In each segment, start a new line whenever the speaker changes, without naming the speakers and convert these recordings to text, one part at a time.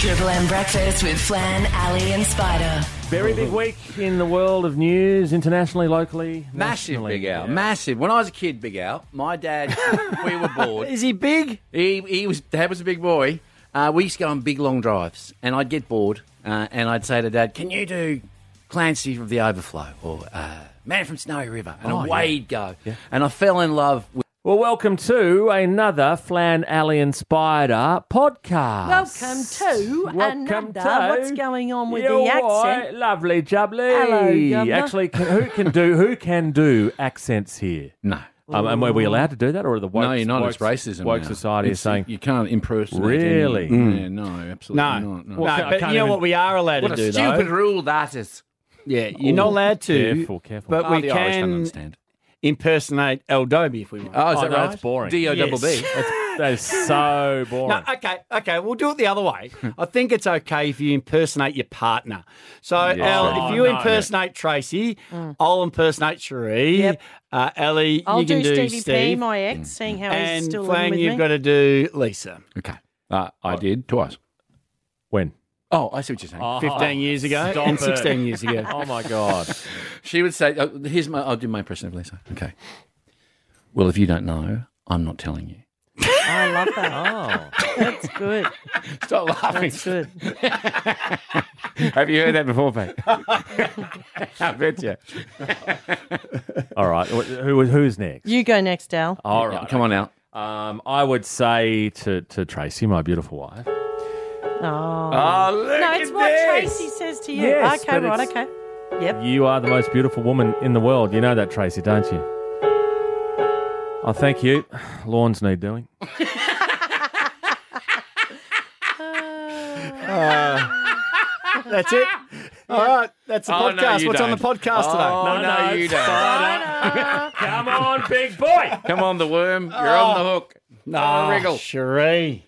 Triple M breakfast with Flan, Ali, and Spider.
Very big week in the world of news, internationally, locally,
Massive
nationally.
Big Al,
Yeah.
massive. When I was a kid, Big Al, my dad, we were bored.
Is he big?
He he was dad was a big boy. Uh, we used to go on big long drives, and I'd get bored, uh, and I'd say to Dad, "Can you do Clancy from the Overflow or uh, Man from Snowy River?" And away he'd go, and I fell in love with.
Well, welcome to another Flan, Ali, and Spider podcast.
Welcome to
Welcome
another.
to-
What's going on with
You
the
all right?
accent?
Lovely jubbly.
Hello, governor.
Actually, can, who can do who can do accents here?
No,
Um, and were we allowed to do that, or are the woke,
no, you're not.
woke,
It's racism.
Woke
now.
society
It's-
is saying
you can't impersonate.
Really?
anyone. Yeah, no, absolutely not. No.
Well, I
No, but you
can't
know
even-
what we are allowed
what
to
a
do,
stupid
though?
rule that is.
Yeah, you're not allowed to.
Careful, careful.
But
Oh,
we
the Irish don't
can
understand.
impersonate El Dobie if we want.
Oh, is
Oh,
that
no,
right?
that's boring.
D O double B.
Yes.
That's- that is so boring.
No, okay, okay, we'll do it the other way. I think it's okay if you impersonate your partner. So,
sure.
Al, if you
Oh, no, no.
impersonate Tracy, I'll impersonate Cherie. Uh, Ellie,
Mm. I'll
you can
do,
do,
Stevie P,
Steve.
my ex, seeing how he's
and
still
Flang,
living
you've
with
got
me.
to do Lisa.
Okay, uh, I did twice.
when?
Oh, I see what you're saying.
15 years ago
stop
and
it.
16 years ago.
Oh my god!
She would say, oh, "Here's my. I'll do my impression of Lisa." Okay. Well, if you don't know, I'm not telling you.
I love that.
Oh,
That's good.
Stop laughing.
That's good.
Have you heard that before, mate? I bet you.
all right. Wh- Who who's next?
You go next, Al.
Oh.
All right.
Come on out.
Um, I would say to to Tracy, my beautiful wife.
Oh.
Oh, look
no, it's what Tracy says to you.
Yes,
okay,
but
right,
it's-
okay.
You are the most beautiful woman in the world. You know that, Tracy, don't you? Oh, thank you. Lawns need doing.
That's it. All right. That's the
Oh, no,
podcast.
you
What's on the
don't.
podcast
Oh,
today?
no, you
it's
don't.
fine. Come on, big boy.
Come on, the worm. You're on the hook.
No,
wriggle.
Cherie.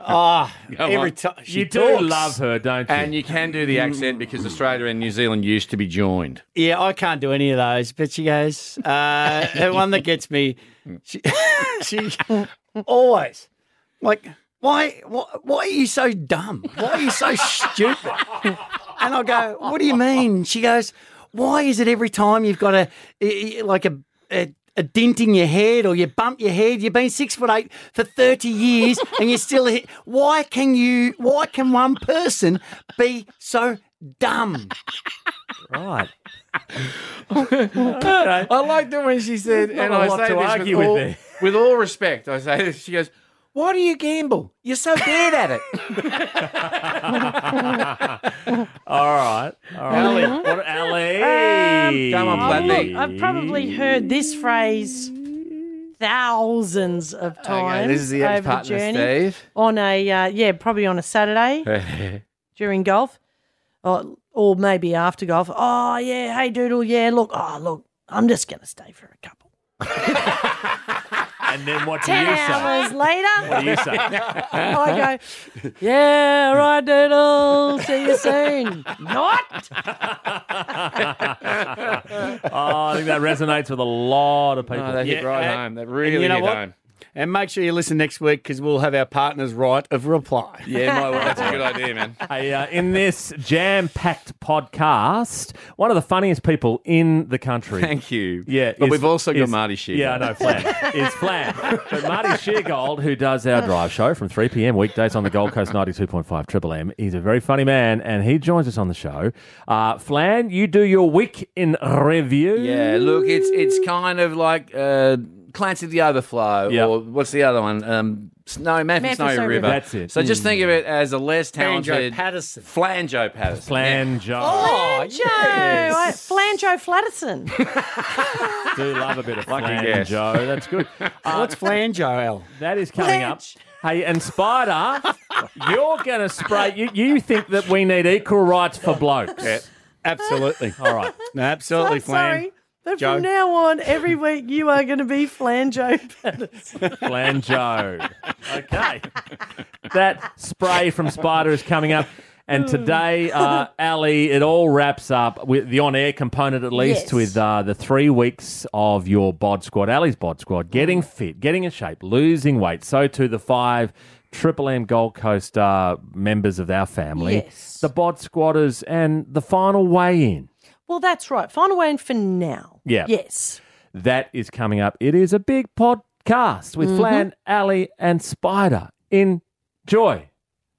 Ah, every
on.
time she
You do
talks.
love her, don't you?
And you can do the accent because Australia and New Zealand used to be joined.
Yeah, I can't do any of those. But she goes, uh, the one that gets me. She, she always like, why, why, why are you so dumb? Why are you so stupid? And I go, what do you mean? She goes, why is it every time you've got a i- i- like a, a a dent in your head or you bump your head? You've been six foot eight for thirty years and you're still hit. Why can you? Why can one person be so dumb?
right.
I liked it when she said, and
a
I
lot
say
to
this
argue
with,
with
all,
there.
with all respect, I say this. She goes, "Why do you gamble? You're so bad at it."
All right. All right. Ali.
Uh-huh.
What, Ali.
Um, come on,
Oh,
Blatney.
look, I've probably heard this phrase thousands of times
Okay, this is the
over
ex
the
partner,
journey.
Steve.
On a, uh, yeah, probably on a Saturday during golf or, or maybe after golf. Oh, yeah, hey, Doodle, yeah, look, oh, look, I'm just going to stay for a couple.
And then what do you
10
say?
hours later.
What do you say?
I go, yeah, all right, Doodle. See you soon. Not.
Oh, I think that resonates with a lot of people. uh,
No, they hit
Yeah,
right
and-
home. They really
you know
hit
what?
home.
And make sure you listen next week because we'll have our partner's right of reply.
Yeah, my wife. That's a good idea, man.
Hey, uh, in this jam-packed podcast, one of the funniest people in the country.
Thank you.
Yeah,
but
is-
we've also got
is-
Marty Shear.
Yeah, I know. Flan is Flan, but Marty Sheargold, who does our drive show from three pm weekdays on the Gold Coast ninety two point five Triple M, he's a very funny man, and he joins us on the show. Uh, Flan, you do your week in review.
Yeah, look, it's it's kind of like uh, Clancy the Overflow,
Yeah.
or what's the other one? Um, Snow Man from
Man
Snow River.
That's it.
So just think of it as a less talented
Patterson.
Flanjo Patterson.
Flan Joe.
Oh,
Joe, I- Flanjo Flatterson.
Do love a bit of Flan
guess.
Joe. That's good. Uh,
Uh, What's flange, Al?
That is coming up. Hey, and Spider, you're going to spray. You, you think that we need equal rights for blokes.
Absolutely.
All right.
No, absolutely,
I'm sorry.
flange.
But
Joe.
from now on, every week you are going to be Flanjo Patterson.
Flanjo. Okay. that spray from Spider is coming up.
Hmm.
And today, uh, Ali, it all wraps up with the on air component, at least,
Yes.
with uh, the three weeks of your bod squad, Ali's bod squad, getting
Mm.
fit, getting in shape, losing weight. So too the five Triple M Gold Coast uh, members of our family,
Yes.
the bod squatters, and the final weigh in.
Well, that's right. Final way in for now.
Yeah.
Yes.
That is coming up. It is a big podcast with Flan, Ali, and Spider. Enjoy.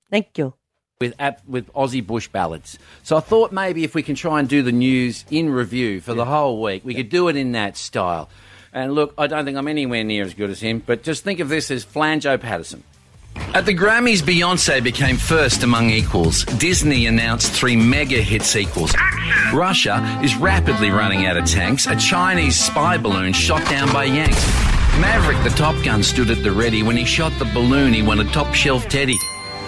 Thank you.
with app, with Aussie bush ballads. So I thought maybe if we can try and do the news in review for the whole week, we could do it in that style. And look, I don't think I'm anywhere near as good as him, but just think of this as Flanjo Patterson. At the Grammys, Beyonce became first among equals. Disney announced three mega hit sequels. Russia is rapidly running out of tanks. A Chinese spy balloon shot down by Yanks. Maverick, the Top Gun, stood at the ready. When he shot the balloon, he won a top shelf teddy.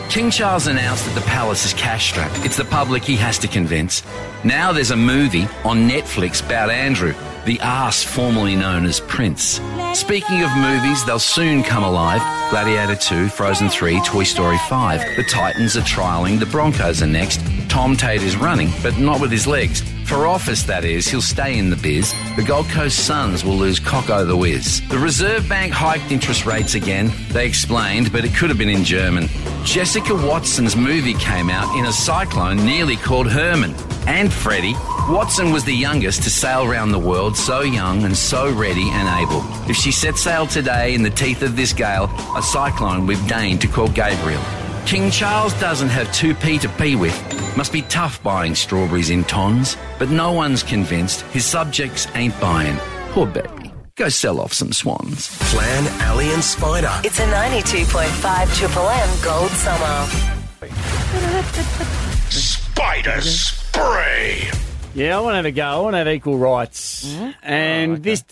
King Charles announced that the palace is cash strapped. It's the public he has to convince. Now there's a movie on Netflix about Andrew, the ass formerly known as Prince. Speaking of movies, they'll soon come alive. Gladiator 2, Frozen 3, Toy Story 5. The Titans are trialling, the Broncos are next. Tom Tate is running, but not with his legs. For office, that is, he'll stay in the biz. The Gold Coast Suns will lose Coco the Wiz. The Reserve Bank hiked interest rates again. They explained, but it could have been in German. Jessica Watson's movie came out in a cyclone nearly called Herman. And Freddie. Watson was the youngest to sail round the world, so young and so ready and able. If she set sail today in the teeth of this gale, a cyclone we've deigned to call Gabriel. King Charles doesn't have 2p to pee with. Must be tough buying strawberries in tons, but no one's convinced. His subjects ain't buying. Poor baby. Go sell off some swans.
Flan, Ali, and Spider.
It's a 92.5 Triple M Gold Summer.
Spider spray.
Yeah, I want to have a go. I want to have equal rights.
Mm-hmm. Oh,
And this,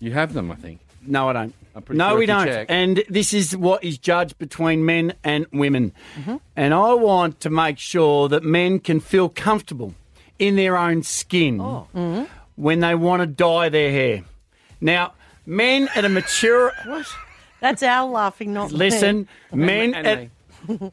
You have them, I think.
no, I don't.
pretty
No,
sure
we
if you
don't.
check-
And this is what is judged between men and women.
Mm-hmm.
And I want to make sure that men can feel comfortable in their own skin
Oh. Mm-hmm.
when they want to dye their hair. Now, men at a mature. what?
That's our laughing, not
Listen, men
and
at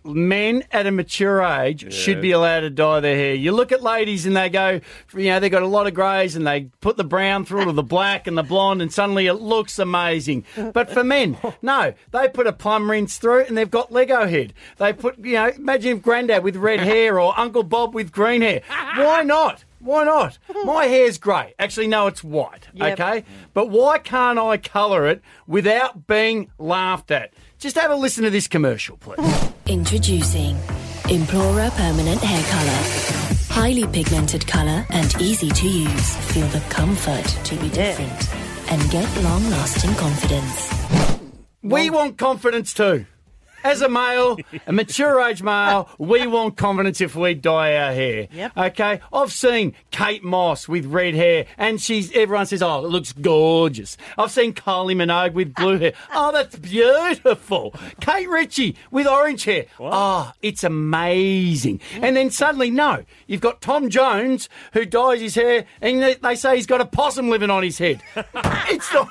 men at a mature age should be allowed to dye their hair. You look at ladies and they go, you know, they got a lot of greys and they put the brown through to the black and the blonde, and suddenly it looks amazing. But for men, no, they put a plum rinse through and they've got Lego head. They put, you know, imagine if Grandad with red hair or Uncle Bob with green hair. Why not? Why not? My hair's grey. Actually, no, it's white.
Yep.
Okay, but why can't I colour it without being laughed at? Just have a listen to this commercial, please.
Introducing Implora Permanent Hair Color. Highly pigmented color and easy to use. Feel the comfort to be different and get long lasting confidence.
We want confidence too. As a male, a mature age male, we want confidence if we dye our hair.
Yep.
Okay. I've seen Kate Moss with red hair, and she's everyone says, "Oh, it looks gorgeous." I've seen Kylie Minogue with blue hair. Oh, that's beautiful. Kate Ritchie with orange hair. Oh, it's amazing. And then suddenly, no, you've got Tom Jones who dyes his hair, and they, they say he's got a possum living on his head. it's not.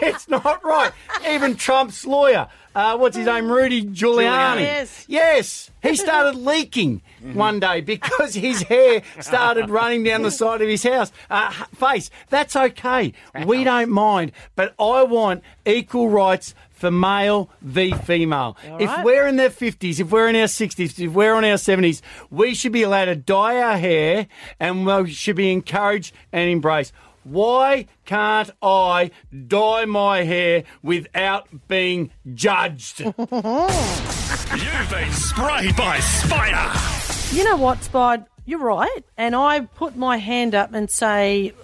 It's not right. Even Trump's lawyer, uh, what's his name, Rudy Giuliani.
Yes.
Yes, he started leaking one day because his hair started running down the side of his house uh, h- face. That's okay. We don't mind, but I want equal rights for male v female. If
right.
we're in their 50s, if we're in our 60s, if we're in our 70s, we should be allowed to dye our hair and we should be encouraged and embraced. Why can't I dye my hair without being judged?
You've been sprayed by Spider.
You know what, Spide? You're right. And I put my hand up and say,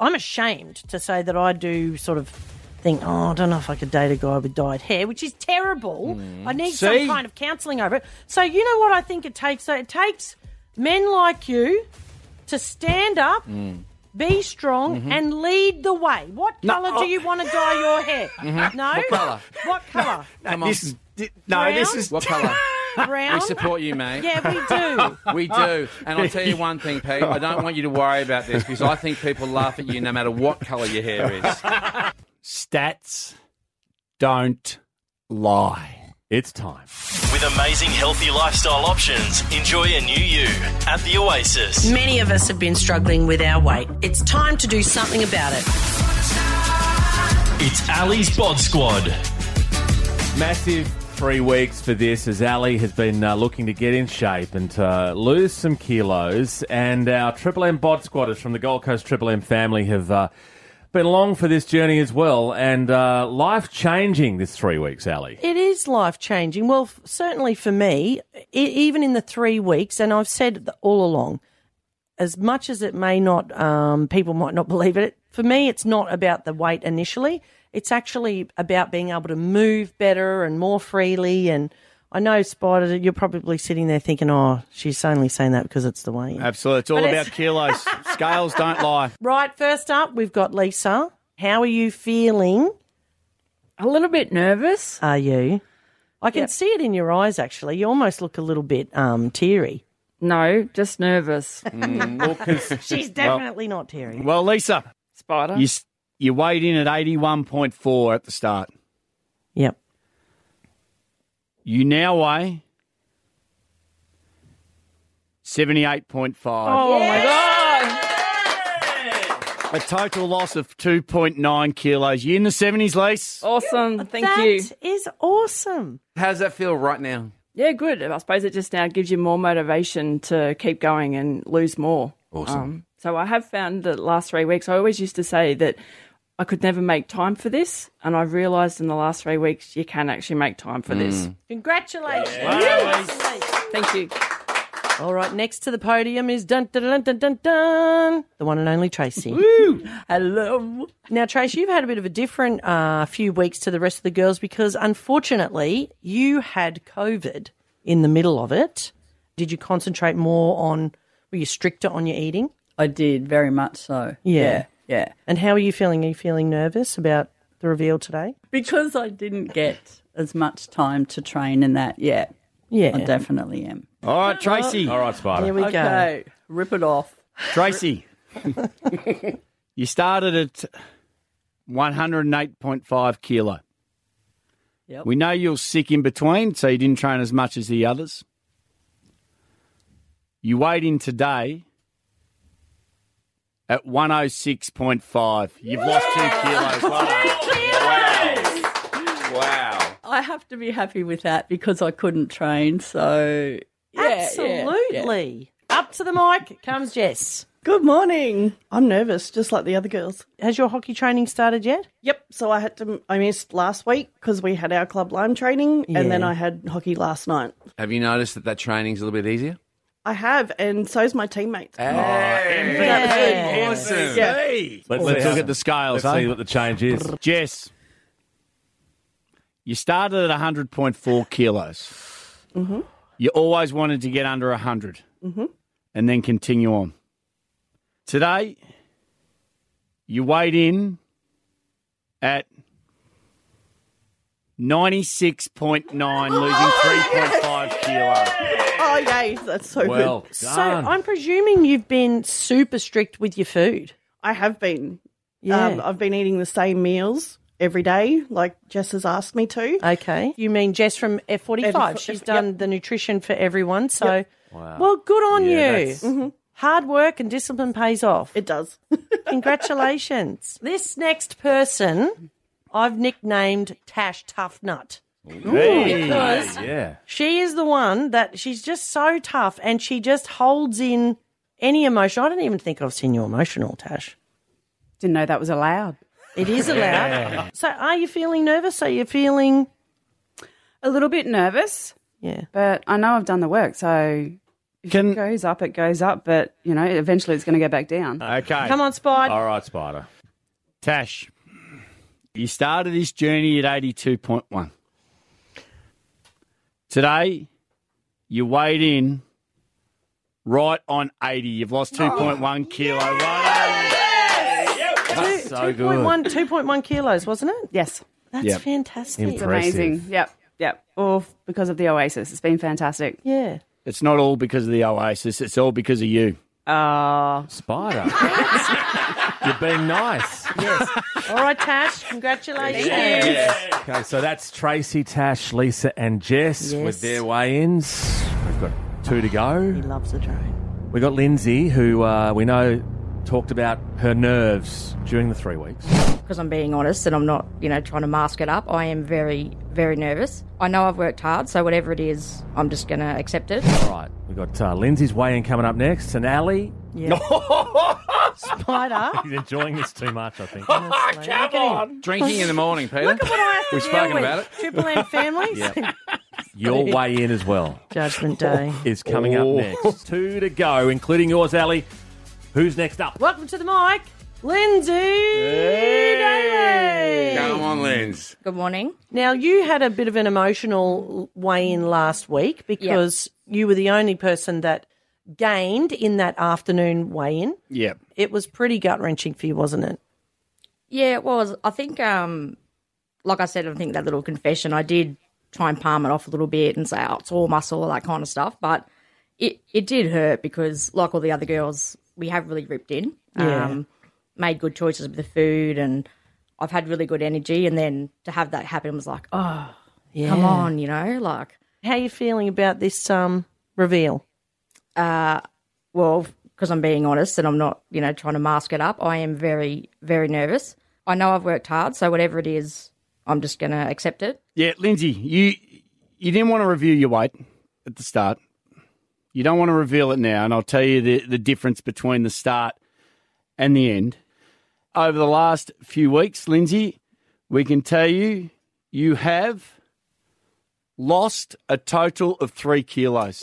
I'm ashamed to say that I do sort of think, oh, I don't know if I could date a guy with dyed hair, which is terrible. I need
See?
some kind of counselling over it. So, you know what I think it takes? So, it takes men like you to stand up. Be strong and lead the way. What colour do you want to dye your hair? No. What
colour?
What colour?
Come on.
This is di- no, this
Brown?
is
What colour?
Brown.
we support you, mate.
Yeah, we do.
We do. And I'll tell you one thing, Pete. I don't want you to worry about this because I think people laugh at you no matter what colour your hair is.
stats don't lie.
It's time.
With amazing healthy lifestyle options, enjoy a new you at the Oasis.
Many of us have been struggling with our weight. It's time to do something about it.
It's Ali's Bod Squad.
Massive three weeks for this as Ali has been uh, looking to get in shape and to uh, lose some kilos. And our Triple M bod squatters from the Gold Coast Triple M family have uh, been along for this journey as well. And uh, life changing this three weeks, Ali.
It is life changing. Well, f- certainly for me, e- even in the three weeks, and I've said th- all along, as much as it may not, um, people might not believe it, for me, it's not about the weight initially. It's actually about being able to move better and more freely. And I know, Spider, that you're probably sitting there thinking, oh, she's only saying that because it's the way. in."
Absolutely. It's all
But
about
it's-
kilos. Scales don't lie.
Right, first up, we've got Lisa. How are you feeling?
A little bit nervous.
Are you? I can see it in your eyes, actually. You almost look a little bit um, teary.
No, just nervous.
She's definitely not teary.
Well, Lisa,
Oh.
Spider.
you, s- you weighed in at 81.4 at the start.
Yep.
You now weigh 78.5.
Oh my god.
A total loss of 2.9 kilos. You in the 70s,
Oh.
Lise?
Awesome. Thank you.
That is awesome.
How does that feel right now?
Yeah, good. I suppose it just now gives you more motivation to keep going and lose more. Awesome. Um, so I have found the last three weeks, I always used to say that I could never make time for this. And I've realised in the last three weeks, you can actually make time for this.
Congratulations.
Thank you.
All right, next to the podium is dun dun dun dun dun dun the one and only Tracy.
Hello.
Now, Trace, you've had a bit of a different uh, few weeks to the rest of the girls because unfortunately you had COVID in the middle of it. Did you concentrate more on, were you stricter on your eating?
I did very much so.
Yeah.
yeah, yeah.
And how are you feeling? Are you feeling nervous about the reveal today?
Because I didn't get as much time to train in that yet.
Yeah.
I definitely am.
All right, Tracy.
All right, Spider.
Here we go.
Okay, rip it off.
Tracy, you started at 108.5 kilo.
Yep.
We know you're sick in between, so you didn't train as much as the others. You weighed in today at 106.5. You've lost two kilos. Wow. Wow. Wow.
I have to be happy with that because I couldn't train. So yeah, yeah, yeah.
Absolutely. Up to the mic comes Jess.
Good morning. I'm nervous, just like the other girls.
Has your hockey training started yet?
Yep. So I had to. I missed last week because we had our club lime training, and then
Yeah.
I had hockey last night.
Have you noticed that that training's a little bit easier?
I have, and so's my teammates.
Awesome.
Yeah.
Let's,
Let's
see
look
how-
at the scales,
Let's
eh?
see what the change is.
Jess, you started at 100.4 kilos. You always wanted to get under 100 and then continue on. Today, you weighed in at 96.9, losing 3.5 kilos.
Oh yay! That's so good.
Well done.
So uh, I'm presuming you've been super strict with your food.
I have been.
Yeah.
Um, I've been eating the same meals every day, like Jess has asked me to.
okay. You mean Jess from F45?
F-
She's
yep.
done the nutrition for everyone. So, well, good on
Yeah,
you. Mm-hmm.
that's-
Hard work and discipline pays off.
it does.
Congratulations. this next person I've nicknamed Tash Tough Nut.
Hey,
Because-
yeah.
She is the one that she's just so tough and she just holds in any emotion. I don't even think I've seen you emotional, Tash.
Didn't know that was allowed.
It is allowed. So are you feeling nervous? Are you feeling
A little bit nervous,
Yeah.
but I know I've done the work. So
Can,
goes up, it goes up, but you know, eventually it's going to go back down.
okay.
Come on, Spide.
All right, Spider.
Tash, you started this journey at 82.1. Today, you weighed in right on 80. You've lost
Oh,
2.1 kilo. Right
Two-
Oh,
2.1 2.1 kilos, wasn't it?
Yes,
That's
Yep.
fantastic.
it's
Impressive.
amazing. Yep, yep. All f- because of the Oasis. It's been fantastic.
Yeah.
It's not all because of the Oasis. It's all because of you.
Uh,
Spider. You're being nice.
All right, Tash, congratulations.
Okay, so that's Tracy, Tash, Lisa, and Jess
Yes.
with their weigh-ins. We've got two to go. He
loves the train.
We got Lindsay, who uh, we know talked about her nerves during the three weeks.
because I'm being honest and I'm not, you know, trying to mask it up. I am very, very nervous. I know I've worked hard, so whatever it is, I'm just going to accept it.
All right, we got uh, Lindsay's weigh-in coming up next, and Ali.
Yeah.
Spider.
He's enjoying this too much, I think.
Come on.
Drinking in the morning, Peter.
Look at what I have to
We've
deal
spoken
with.
about it.
Triple M families.
Yep. Your weigh in as well.
Judgment Day.
is coming
Oh.
up next. Two to go, including yours, Ali. Who's next up?
Welcome to the mic, Lindsay Daly.
Lens.
Good morning.
Now, you had a bit of an emotional weigh in last week because you were the only person that gained in that afternoon weigh in.
Yep.
It was pretty gut wrenching for you, wasn't it?
Yeah, it was. I think, um, like I said, I think that little confession, I did try and palm it off a little bit and say, oh, it's all muscle, all that kind of stuff. But it, it did hurt because, like all the other girls, we have really ripped in,
Yeah.
um, made good choices with the food, and I've had really good energy. And then to have that happen was like, oh, come
Yeah.
on, you know, like.
How are you feeling about this um, reveal?
Uh, well, because I'm being honest and I'm not, you know, trying to mask it up, I am very, very nervous. I know I've worked hard, so whatever it is, I'm just going to accept it.
Yeah, Lindsay, you you didn't want to review your weight at the start. You don't want to reveal it now, and I'll tell you the, the difference between the start and the end. Over the last few weeks, Lindsay, we can tell you you have lost a total of three kilos.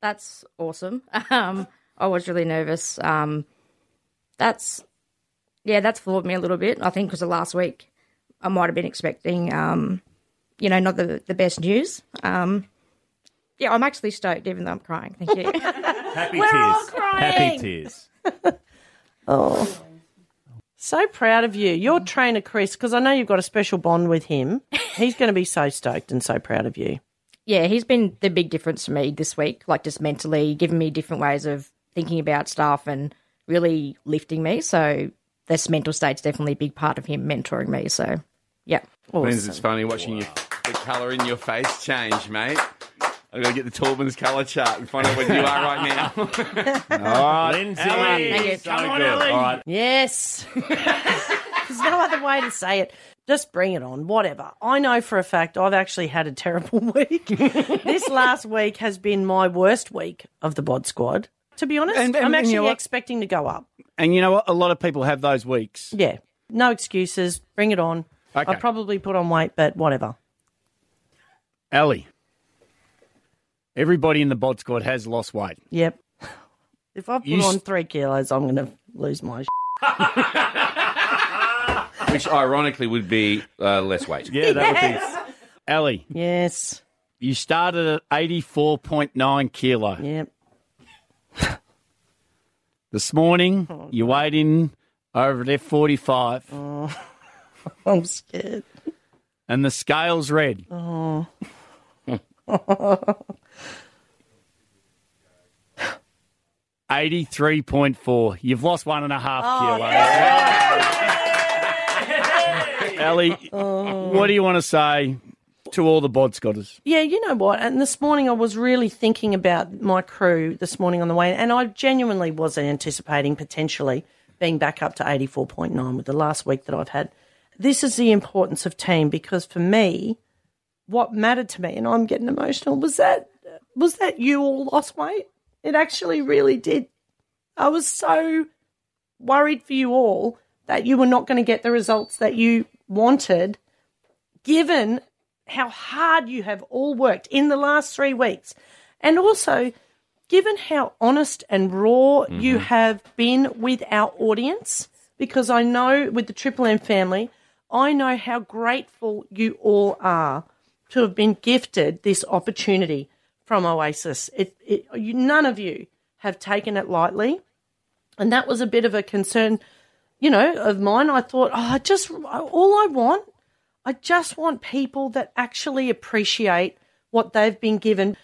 That's awesome. Um, I was really nervous. Um, that's, yeah, that's floored me a little bit. I think because of last week, I might have been expecting, um, you know, not the, the best news. Um, yeah, I'm actually stoked, even though I'm crying. Thank you.
Happy
We're
tears.
all crying.
Happy tears.
Oh. So proud of you. Your trainer, Chris, because I know you've got a special bond with him. He's going to be so stoked and so proud of you.
yeah, he's been the big difference for me this week, like just mentally giving me different ways of thinking about stuff and really lifting me. So this mental state's definitely a big part of him mentoring me. So, yeah.
Lens, it's funny watching you, the colour in your face change, mate. I'm going to get the Torben's colour chart and find out where you are right now. All
right, Lindsay.
Come on, Ellie. Yes. There's no other way to say it. Just bring it on, whatever. I know for a fact I've actually had a terrible week. this last week has been my worst week of the bod squad. To be honest,
And- and-
I'm
and
actually
you know what?
expecting to go up.
And you know what? A lot of people have those weeks.
Yeah. No excuses. Bring it on.
Okay.
I probably put on weight, but whatever.
Ellie, everybody in the bod squad has lost weight.
Yep. If I put
You s-
on three kilos, I'm going to lose my.
Which ironically would be uh, less weight.
Yeah, that would be. Ellie.
Yes.
You started at 84.9 kilo.
Yep.
this morning, you weighed in over at F45.
I'm scared.
And the scale's red.
Oh.
Eighty-three point four. You've lost one and a half
Oh,
kilos. Ellie, what do you want to say to all the bod scotters?
Yeah, you know what? And this morning I was really thinking about my crew this morning on the way, and I genuinely wasn't anticipating potentially being back up to 84.9 with the last week that I've had. This is the importance of team because for me, what mattered to me, and I'm getting emotional, was that was that you all lost weight. It actually really did. I was so worried for you all that you were not going to get the results that you wanted, given how hard you have all worked in the last three weeks. And also, given how honest and raw you have been with our audience, because I know with the Triple M family, I know how grateful you all are to have been gifted this opportunity from Oasis. It, it, you, none of you have taken it lightly. And that was a bit of a concern, you know, of mine. I thought, oh, I just, all I want I just want people that actually appreciate what they've been given.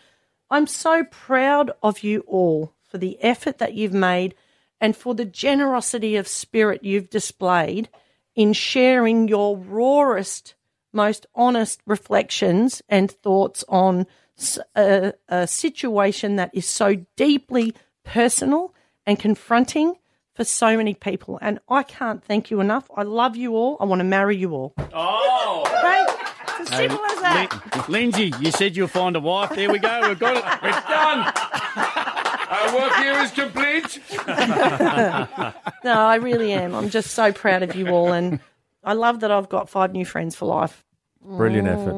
I'm so proud of you all for the effort that you've made and for the generosity of spirit you've displayed in sharing your rawest, most honest reflections and thoughts on s- a, a situation that is so deeply personal and confronting for so many people. And I can't thank you enough. I love you all. I want to marry you all.
Oh.
Right? It's as simple
Um,
as that.
Lindsay, you said you'll find a wife. There we go. We've got it. It's done.
Our work here is complete.
no, I really am. I'm just so proud of you all, and I love that I've got five new friends for life.
Brilliant effort.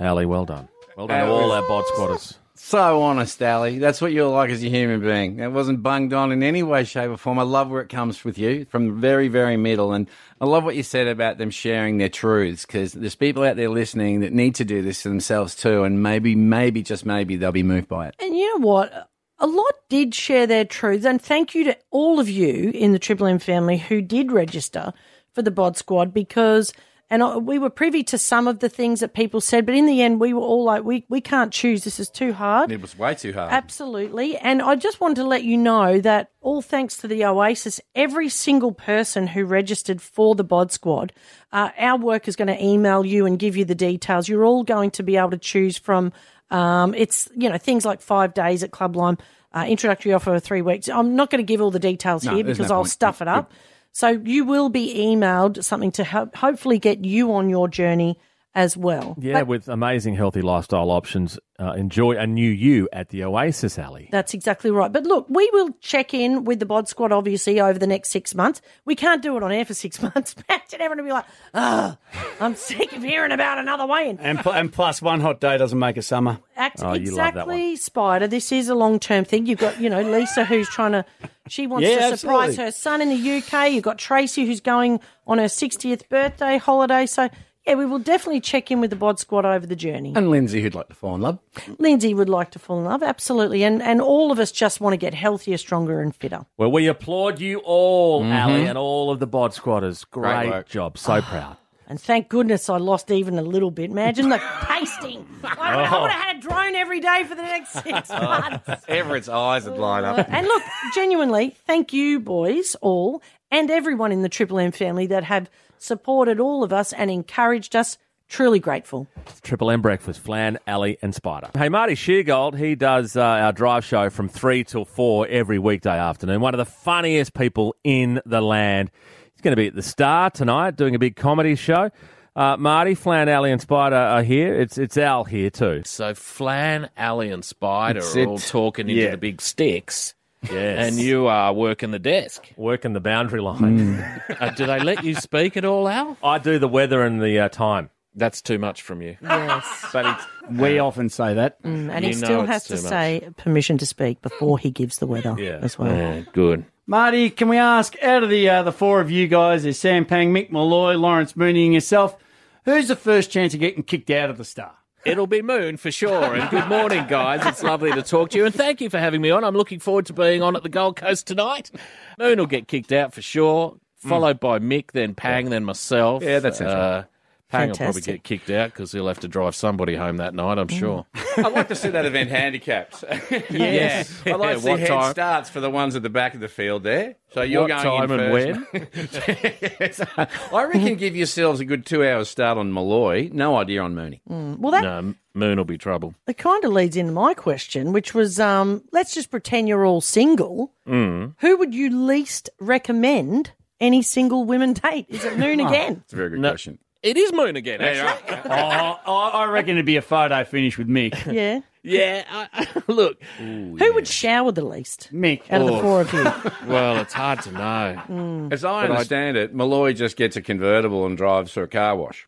Ali, well done. Well done to all our bod squatters.
So honest, Ali. That's what you're like as a human being. That wasn't bunged on in any way, shape, or form. I love where it comes with you from the very, very middle. And I love what you said about them sharing their truths because there's people out there listening that need to do this to themselves too. And maybe, maybe, just maybe, they'll be moved by it.
And you know what? A lot did share their truths, and thank you to all of you in the Triple M family who did register for the Bod Squad because, and I, we were privy to some of the things that people said, but in the end, we were all like, we, we can't choose. This is too hard.
It was way too hard.
Absolutely. And I just wanted to let you know that all thanks to the Oasis, every single person who registered for the Bod Squad, uh, our work is going to email you and give you the details. You're all going to be able to choose from, um, it's, you know, things like five days at Club Lime, uh, introductory offer of three weeks. I'm not going to give all the details
No,
here
there's
because
no
I'll
point.
stuff it up. So you will be emailed something to help, hopefully get you on your journey as well.
Yeah, with amazing healthy lifestyle options. Uh, enjoy a new you at the Oasis Alley.
That's exactly right. But look, we will check in with the Bod Squad, obviously, over the next six months. We can't do it on air for six months. Imagine everyone to be like, oh, I'm sick of hearing about another way in.
And, pl- and plus, one hot day doesn't make a summer.
Act-
Oh,
exactly, Spider. This is a long term thing. You've got, you know, Lisa who's trying to, she wants
Yeah,
to surprise
absolutely.
her son in the UK. You've got Tracy who's going on her 60th birthday holiday. So, yeah, we will definitely check in with the Bod Squad over the journey.
And Lindsay, who'd like to fall in love.
Lindsay would like to fall in love, absolutely. And, and all of us just want to get healthier, stronger, and fitter.
Well, we applaud you all,
Mhm.
Ali, and all of the bod squatters. Mm-hmm. Great,
work.
job. So proud.
And thank goodness I lost even a little bit. Imagine the pasting. I would,
Oh.
have had a drone every day for the next six months.
Everett's eyes would light up.
and look, genuinely, thank you, boys, all, and everyone in the Triple M family that have supported all of us and encouraged us. Truly grateful.
It's Triple M breakfast, Flan, Ali, and Spider. Hey, Marty Sheargold, he does uh, our drive show from 3 till 4 every weekday afternoon. One of the funniest people in the land. He's going to be at the Star tonight doing a big comedy show. Uh, Marty, Flan, Ali, and Spider are here. It's, it's Al here too.
So Flan, Ali, and Spider
That's
are
it.
all talking into
Yeah.
the big sticks.
Yes.
And you are working the desk.
Working the boundary line.
uh, do they let you speak at all, Al?
I do the weather and the uh, time.
That's too much from you.
Yes.
But it's,
We often say that.
And he still has to say permission to speak before he gives the weather as well.
good.
Marty, can we ask, out of the uh, the four of you guys, there's Sam Pang, Mick Malloy, Lawrence Mooney, and yourself, who's the first chance of getting kicked out of the star?
It'll be Moon for sure. And good morning, guys. It's lovely to talk to you. And thank you for having me on. I'm looking forward to being on at the Gold Coast tonight. Moon will get kicked out for sure, followed by Mick, then Pang, then myself.
Yeah, that sounds right.
Pang will probably
Fantastic.
get kicked out because he'll have to drive somebody home that night, I'm sure.
I'd like to see that event handicapped.
Yes.
I'd like to see
What
head
time-
starts for the ones at the back of the field there. So you're going
What time
in
and
first. Yes. I reckon give yourselves a good two hours start on Malloy. No idea on Mooney.
Mm, well, that-
No, Moon will be trouble.
It kind of leads into my question, which was um, let's just pretend you're all single.
Mm.
Who would you least recommend any single women date? Is it noon again?
It's a very good question.
It is Moon again,
Yeah,
actually.
Oh, I I reckon it'd be a photo finish with Mick.
Yeah.
Yeah. Look,
Who would shower the least?
Mick.
Out of the
Oh.
four of you.
Well, it's hard to know.
As I
But I-
understand it, Malloy just gets a convertible and drives to a car wash.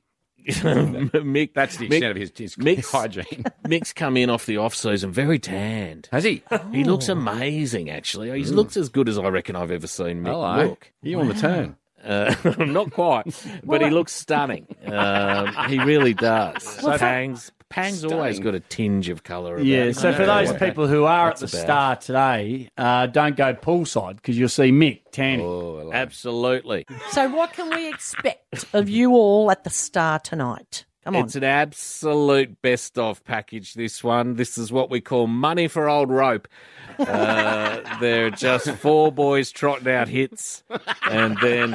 Mick,
That's the extent of his, his hygiene.
Mick's come in off the off season very tanned.
Has he?
He looks amazing, actually. He
Mm.
looks as good as I reckon I've ever seen Mick
Hello.
look.
You on the turn.
Uh, not quite, but he looks stunning. Um, he really does.
Well,
Pangs, Pangs always got a tinge of colour. About
Yeah,
him. I
so
don't
for
know
those
what
people who are at
that's
the
about.
star today, uh, don't go poolside because you'll see Mick tanning.
Absolutely.
So, what can we expect of you all at the star tonight? Come on.
It's an absolute best of package, this one. This is what we call money for old rope. Uh, they're just four boys trotting out hits and then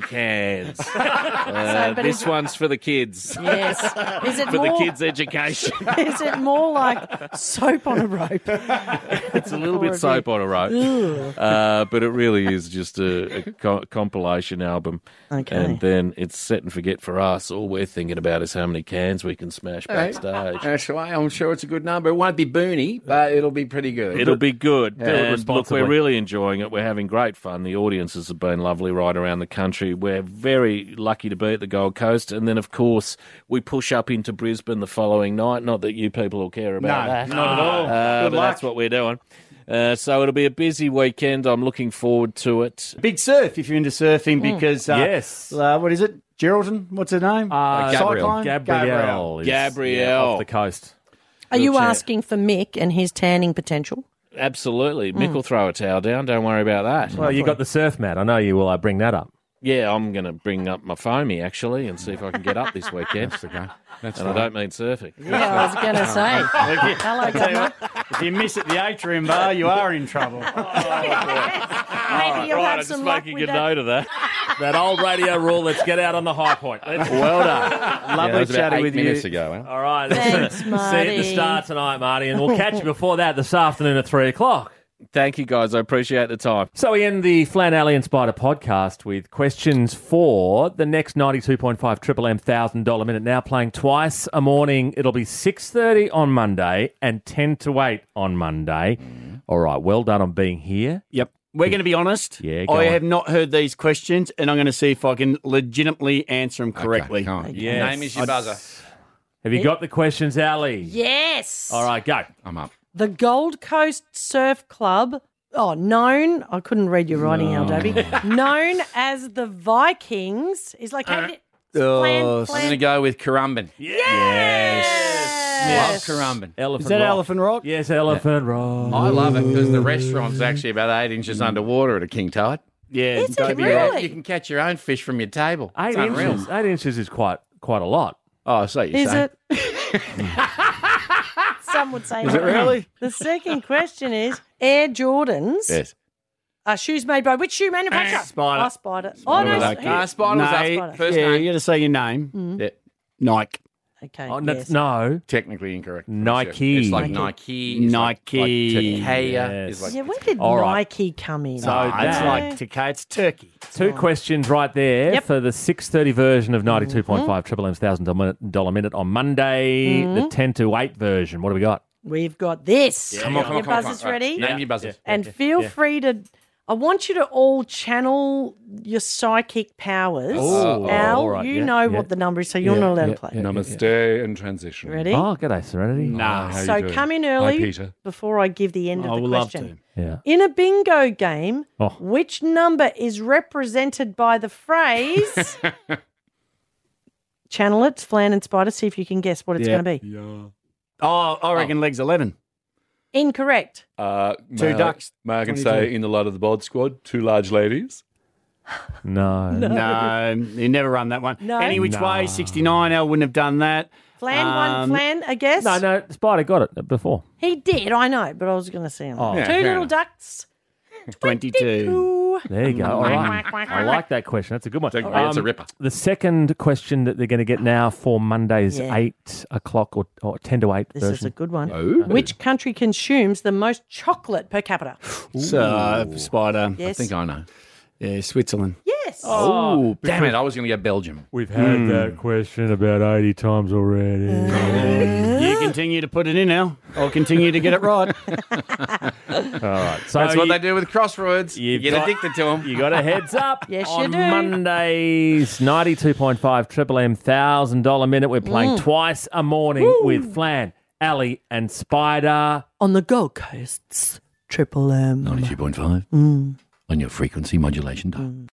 cans. Uh,
So, but
this
is-
one's for the kids.
Yes. Is it
for
more-
the kids' education.
Is it more like soap on a rope?
it's a little
Horrible.
bit soap on a
Ugh.
rope, uh, but it really is just a, a co- compilation album.
Okay.
And then it's set and forget for us. All we're thinking about is how many cans we can smash
All right.
backstage.
That's right. I'm sure it's a good number. It won't be Booney, but it'll be pretty good.
It'll be good.
Yeah.
And look,
responsibly.
we're really enjoying it. We're having great fun. The audiences have been lovely right around the country. We're very lucky to be at the Gold Coast. And then, of course, we push up into Brisbane the following night. Not that you people will care about
No,
that.
not at all.
Uh,
Good
but that's what we're doing. Uh, so it'll be a busy weekend. I'm looking forward to it.
Big surf if you're into surfing
Mm.
because uh,
Yes.
uh, what is it? Geraldton? What's her name?
Uh, Gabrielle.
Cyclone?
Gabrielle. is-
Gabrielle.
yeah, off the coast.
Are you
Wheelchair.
asking for Mick and his tanning potential?
Hmm.
Absolutely. Mick
Mm.
will throw a towel down. Don't worry about that.
Well, you got the surf mat. I know you will. I bring that up.
Yeah, I'm going to bring up my foamy actually and see if I can get up this weekend. That's
That's
and
right.
I don't mean surfing.
Yeah, I was going to say.
If you-
Hello,
I'll tell you
Governor.
what, If you miss at the atrium bar, you are in trouble.
Maybe you'll have some luck with that.
of that.
that old radio rule. Let's get out on the high point. Let's-
Well done.
that was about
chatting
eight
with
minutes
you.
ago, eh? All right.
Thanks,
see you at the
Marty.
star tonight, Marty, and we'll catch you before that this afternoon at three o'clock.
Thank you, guys. I appreciate the time.
So we end the Flan Alley and Spider podcast with questions for the next ninety-two point five Triple M thousand dollar minute. Now playing twice a morning. It'll be six thirty on Monday and ten to eight on Monday. All right. Well done on being here.
Mm. Yep. We're going to be honest.
Yeah. Go
I
on.
have not heard these questions, and I'm going to see if I can legitimately answer them correctly.
Yes.
Name is your
I'd-
buzzer.
Have you got the questions, Ali?
Yes.
All right, go.
Um,
I'm up.
The Gold Coast Surf Club, oh, known, I couldn't read your writing, Al Dobie, known as the Vikings, is
Uh,
located.
oh,
I'm going to go with Currumbin. Yes. Love Currumbin.
Elephant
Rock?
Yes, Elephant Rock.
I love it because the restaurant's actually about eight inches underwater at a king tide.
Yeah,
Is don't it be- really?
You can catch your own fish from your table.
Eight
it's unreal.
inches. Eight inches is quite quite a lot.
Oh, so you
Is it? Some would say.
Is it
no.
really?
The second question is Air Jordans
Yes.
are shoes made by which shoe
Ah,
manufacturer?
Spider.
Oh, Spider. Oh, no.
Like-
Spider.
No, yeah, you got to say your name.
Mm.
Nike.
Okay.
Oh,
no,
yes.
no.
Technically incorrect.
Nike.
It's like Nike. it's like-
Nike.
Like, Takea. Is like
yeah, where did
All right.
Nike come in?
So
Oh,
that's like
Takei. It's Turkey.
Two questions right there for the 6.30 version of
Mm-hmm.
92.5 Triple M's $1,000 minute on Monday, the
Mhm.
10 to 8 version. What do we got?
We've got this.
Yeah, Come on, yeah. come on,
your
come on,
buzzer's
come on.
ready.
Name Yeah. your buzzers. Yeah,
And
yeah,
feel
yeah.
free to. I want you to all channel your psychic powers.
Oh,
Al,
all right,
you
yeah,
know
yeah.
what the number is, so you're not allowed to play.
Namaste and transition.
Ready?
Oh, g'day, Serenity.
Nah. How you
so
doing?
come in
Hi,
early
Peter.
before I give the end
I
of the
would love
question.
Yeah.
In a bingo game,
Oh.
which number is represented by the phrase? Channel it, Flan and Spider, see if you can guess what it's
Yeah.
going to be.
Yeah. Oh, I reckon legs 11.
Incorrect.
Uh,
Two
may I-
ducks,
May I can
22.
say in the light of the bod squad, two large ladies.
No.
No. you never run that one.
No.
Any which
No.
way, 69, Al wouldn't have done that.
Flan
Um,
one, Flan, I guess.
No, no, Spider got it before.
He did, I know, but I was going to say him.
Oh. Yeah,
Two
fair
little
enough.
ducks.
22. There you go.
Mm-hmm.
All right.
Quack, quack,
I like that question. That's a good one. Um,
Don't worry, it's a ripper.
The second question that they're going to get now for Monday's
Yeah.
8 o'clock or, or 10 to 8
This
version.
is a good one.
Oh.
Which country consumes the most chocolate per capita?
So, uh, Spider.
Yes.
I think I know.
Yeah, Switzerland.
Yes.
Oh, damn it.
because-
I was going to go Belgium.
We've
had Hmm. that
question about 80 times already.
Uh.
you continue to put it in, Al. I'll continue to get it right.
All right. So
That's what
you-
they do with crosswords. You get
got-
addicted to them.
You got a heads up.
yes, you
on
do.
Mondays, 92.5 Triple M $1,000 minute. We're playing
Mm.
twice a morning
Woo.
with Flan, Ali, and Spider.
On the Gold Coasts, Triple M.
92.5
Mm.
on your frequency modulation dial.